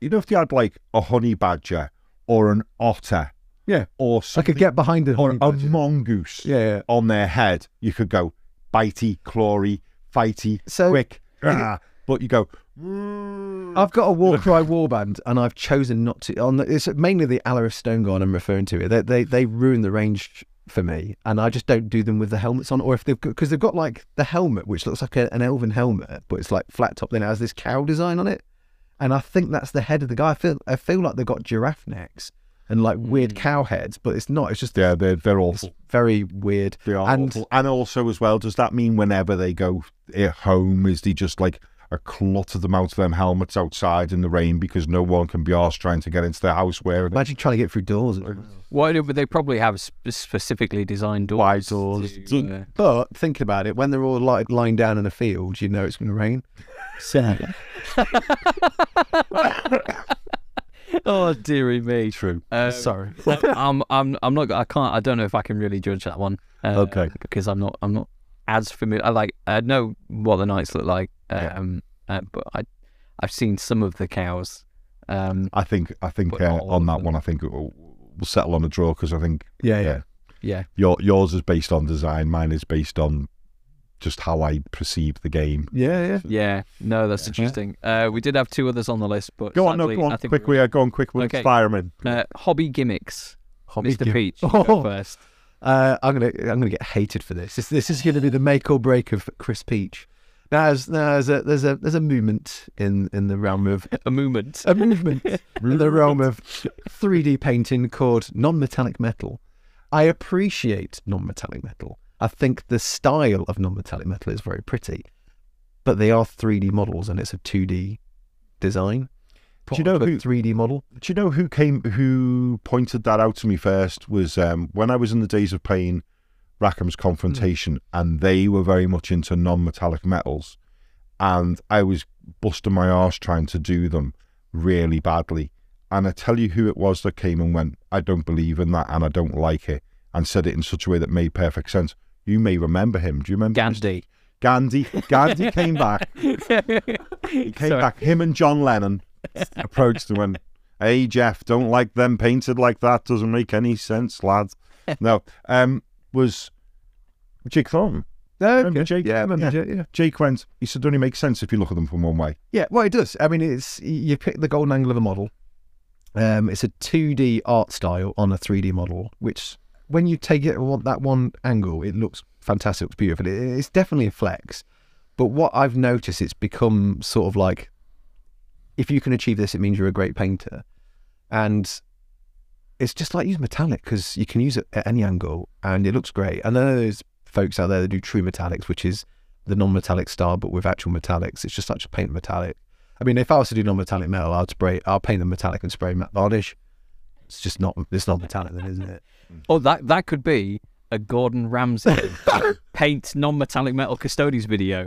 you know if they had like a honey badger or an otter,
Yeah.
or
I could
something-
get behind it.
or a mongoose,
yeah, yeah.
on their head, you could go bitey, clawy, fighty,
So- Oh.
quick. ah, but you go,
I've got a war cry warband, and I've chosen not to. On the, it's mainly the Alaris Stoneguard I'm referring to. here. They they they ruin the range for me, and I just don't do them with the helmets on, or if they've because they've got like the helmet, which looks like a, an elven helmet, but it's like flat top. Then it has this cow design on it, and I think that's the head of the guy. I feel I feel like they've got giraffe necks and like weird cow heads, but it's not. It's just
Hmm. yeah, they're they're awful.
it's very weird.
They are
and
awful. And also as well, does that mean whenever they go eh, home, is they just like a clot of them out of them helmets outside in the rain because no one can be arsed trying to get into their house wearing it.
Imagine trying to get through doors.
Well, no, but they probably have sp- specifically designed doors.
Wide doors.
to, uh,
But thinking about it, when they're all like lying down in a field, you know it's going to rain.
So,
oh dearie me.
True.
Um,
Sorry.
I'm, I'm, I'm not. I can't. I don't know if I can really judge that one. Uh,
Okay.
Because I'm not. I'm not as familiar. I like. I know what the knights look like. Um. uh, but I, I've seen some of the cows. Um.
I think I think
But
uh,
not all
on
of
that
them.
one, I think it will, we'll settle on a draw because I think
Yeah,
yeah.
Yeah.
your yours is based on design, mine is based on just how I perceive the game.
yeah, yeah.
Yeah. No, that's interesting. Uh, we did have two others on the list, but
Go on, no,
sadly,
go
I
on,
think
quick,
we
we are going quick. We'll
Okay.
inspire 'em in.
uh, hobby gimmicks.
Hobby
Mr.
gimmick.
Peach, you
Oh.
go first.
Uh, I'm gonna I'm gonna get hated for this. This, this is going to be the make or break of Chris Peach. Now, there's, now there's a there's a there's a movement in in the realm of
A movement.
a movement in the realm of 3D painting called non-metallic metal. I appreciate non-metallic metal. I think the style of non-metallic metal is very pretty, but they are 3D models and it's a 2D design.
Do you know
Quote,
who-
3D model?
Do you know who came who pointed that out to me first was um, when I was in the days of playing Rackham's Confrontation and they were very much into non-metallic metals and I was busting my arse trying to do them really badly and I tell you who it was that came and went I don't believe in that and I don't like it and said it in such a way that made perfect sense you may remember him do you remember Mr.
Gandhi.
Gandhi Gandhi came back
he
came back. Him and John Lennon approached and went, "Hey Jeff, don't like them painted like that. Doesn't make any sense, lads." No, um, was Jake Thornton. Remember Jake?
Yeah, I remember
Yeah.
Jake, yeah.
Jake went. He said, "Only makes sense if you look at them from one way."
Yeah, well, it does. I mean, it's you pick the golden angle of a model. Um, it's a 2D art style on a 3D model, which when you take it on that one angle, it looks fantastic. It looks beautiful. It, it's definitely a flex. But what I've noticed, it's become sort of like, if you can achieve this, it means you're a great painter. And it's just like use metallic because you can use it at any angle and it looks great. And then there's folks out there that do true metallics, which is the non-metallic style, but with actual metallics. It's just actually paint metallic. I mean, if I was to do non-metallic metal, I'd spray, I'll paint them metallic and spray matte varnish. It's just not, it's not metallic then, isn't it?
Oh, that that could be a Gordon Ramsay paint non-metallic metal custodies video.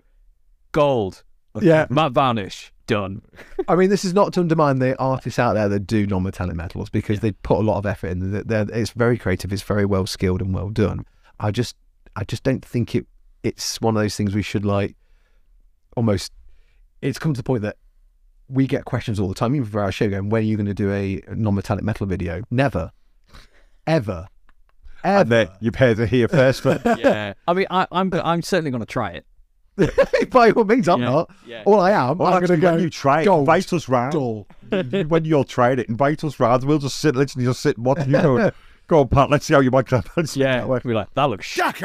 Gold,
Yeah.
matte varnish, done.
I mean, this is not to undermine the artists out there that do non-metallic metals because they put a lot of effort in. They're, they're, it's very creative. It's very well skilled and well done. I just, I just don't think it. It's one of those things we should like. Almost, it's come to the point that we get questions all the time, even for our show, going, "When are you going to do a non-metallic metal video?" Never, ever,
And
ever.
there, you've heard it here first. But
Yeah, I mean, I, I'm I'm certainly going to try it.
By all means, I'm
Yeah.
not.
Yeah.
All I am,
Well,
I'm
actually,
going to go.
when you try it,
gold,
invite us round.
dull.
when you're trying it, invite us round. We'll just sit, literally just sit and watch you go. Go on, Pat. Let's see how you make that. Let's see
Yeah,
how it
we're like that looks shit.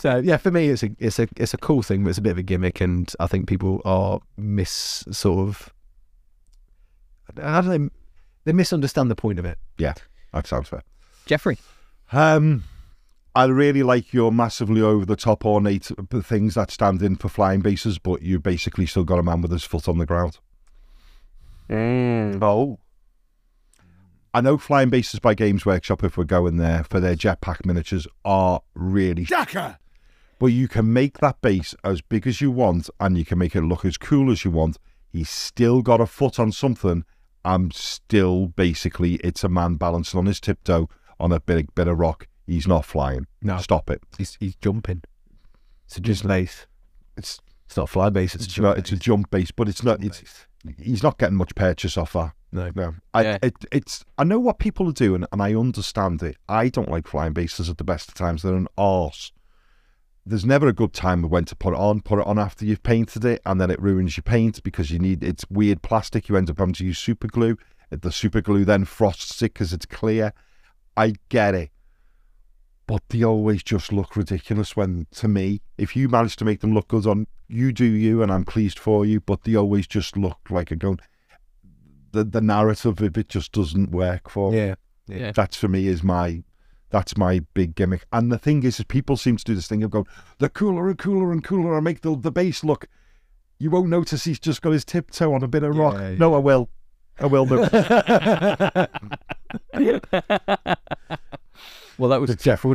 So Uh, yeah, for me, it's a it's a it's a cool thing, but it's a bit of a gimmick, and I think people are mis sort of how do they they misunderstand the point of it.
Yeah, that sounds fair.
Jeffrey.
Um, I really like your massively over the top ornate b- things that stand in for flying bases, but you basically still got a man with his foot on the ground.
Oh,
I know flying bases by Games Workshop, if we're going there for their jetpack miniatures, are really Jacker. But you can make that base as big as you want, and you can make it look as cool as you want. He's still got a foot on something. I'm still basically it's a man balancing on his tiptoe on a big bit of rock. He's not flying.
No.
stop it.
he's he's jumping. It's a just lace.
It's
It's not a fly base. It's a
it's,
jump.
not, it's a jump base, but it's not. It's
base.
he's not getting much purchase off that.
No.
No, I,
Yeah.
it, it's I know what people are doing, and I understand it. I don't like flying bases at the best of times; they're an arse. There's never a good time when to put it on. Put it on after you've painted it, and then it ruins your paint because you need it's weird plastic. You end up having to use super glue. The super glue then frosts it because it's clear. I get it, but they always just look ridiculous. When to me, if you manage to make them look good on you, do you, and I'm pleased for you. But they always just look like a gun the, the narrative of it just doesn't work for
Yeah.
that's for me is my that's my big gimmick and the thing is, is people seem to do this thing of going the cooler and cooler and cooler i make the, the base look you won't notice he's just got his tiptoe on a bit of rock.
Yeah, yeah.
No, I will. I will. No.
well, that was
Jeff will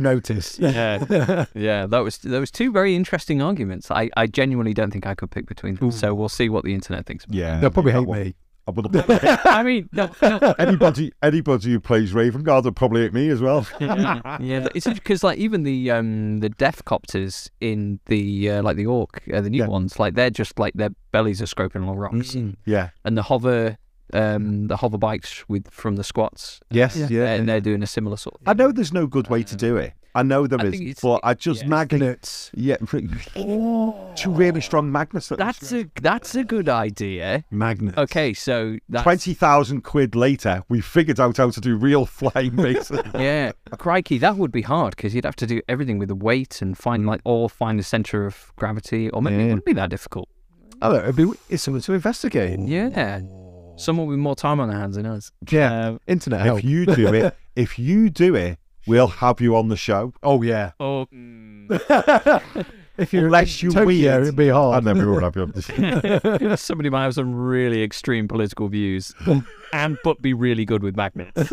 notice.
yeah, yeah. That was that was two very interesting arguments. I, I genuinely don't think I could pick between them. So we'll see what the internet thinks. About.
yeah.
They'll probably
that
hate
one.
me.
I would-
it. I mean, no, no.
anybody, anybody who plays Raven Guard will probably hate me as well.
yeah, it's because like even the um the death copters in the uh, like the orc uh, the new
Yeah.
ones like they're just like their bellies are scraping all rocks
yeah.
and the hover um the hover bikes with from the squats
Yes, yeah.
and they're doing a similar sort. Of
I know there's no good way to do it. I know there
I
is,
think it's-
but I just
yeah.
magnet.
Magnets.
Yeah, two really strong magnets. that-
Oh, That's a that's a good idea.
Magnets.
Okay, so that's,
twenty thousand quid later. We figured out how to do real flying bases.
yeah, crikey, that would be hard because you'd have to do everything with the weight and find like or find the center of gravity, or maybe it
Mm. Yeah.
wouldn't be that difficult.
Oh, it'd be it's something to investigate.
Yeah, someone with more time on their hands than us.
Yeah. Internet help.
Uh, if you do it, if you do it, we'll have you on the show.
oh yeah.
Oh,
If you're
Unless you
Tokyo,
weird.
it'd be hard.
And then we won't have you on the show.
somebody might have some really extreme political views, and but be really good with magnets.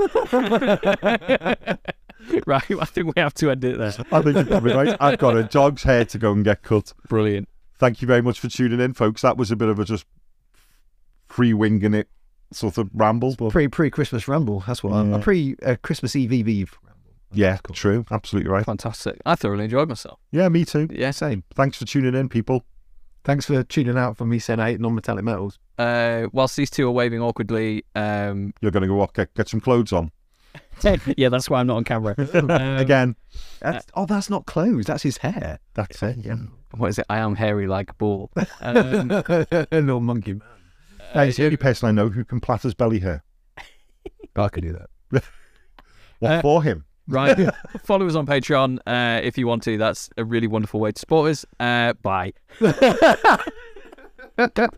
right, I think we have to end it there.
I think you're probably right. I've got a dog's hair to go and get cut.
Brilliant.
Thank you very much for tuning in, folks. That was a bit of a just free winging it sort of ramble. But
pre pre Christmas ramble. That's what I'm.
Yeah.
A pre uh, Christmas Eve Eve Eve.
yeah, true. Absolutely right.
Fantastic. I thoroughly enjoyed myself.
Yeah, me too.
Yeah.
Same.
Thanks for tuning in, people.
Thanks for tuning out for me saying I hate non-metallic metals.
Uh, whilst these two are waving awkwardly, um,
You're going to go off, get, get some clothes on.
yeah, that's why I'm not on camera. Um,
Again,
That's, oh, that's not clothes. That's his hair.
that's it. Yeah.
what is it? I am hairy like a bull. Um,
Little monkey man.
uh,
He's the only person I know who can plait his belly hair.
I could do that.
What
Uh,
for him?
right. Follow us on Patreon uh, if you want to. That's a really wonderful way to support us. Uh, bye.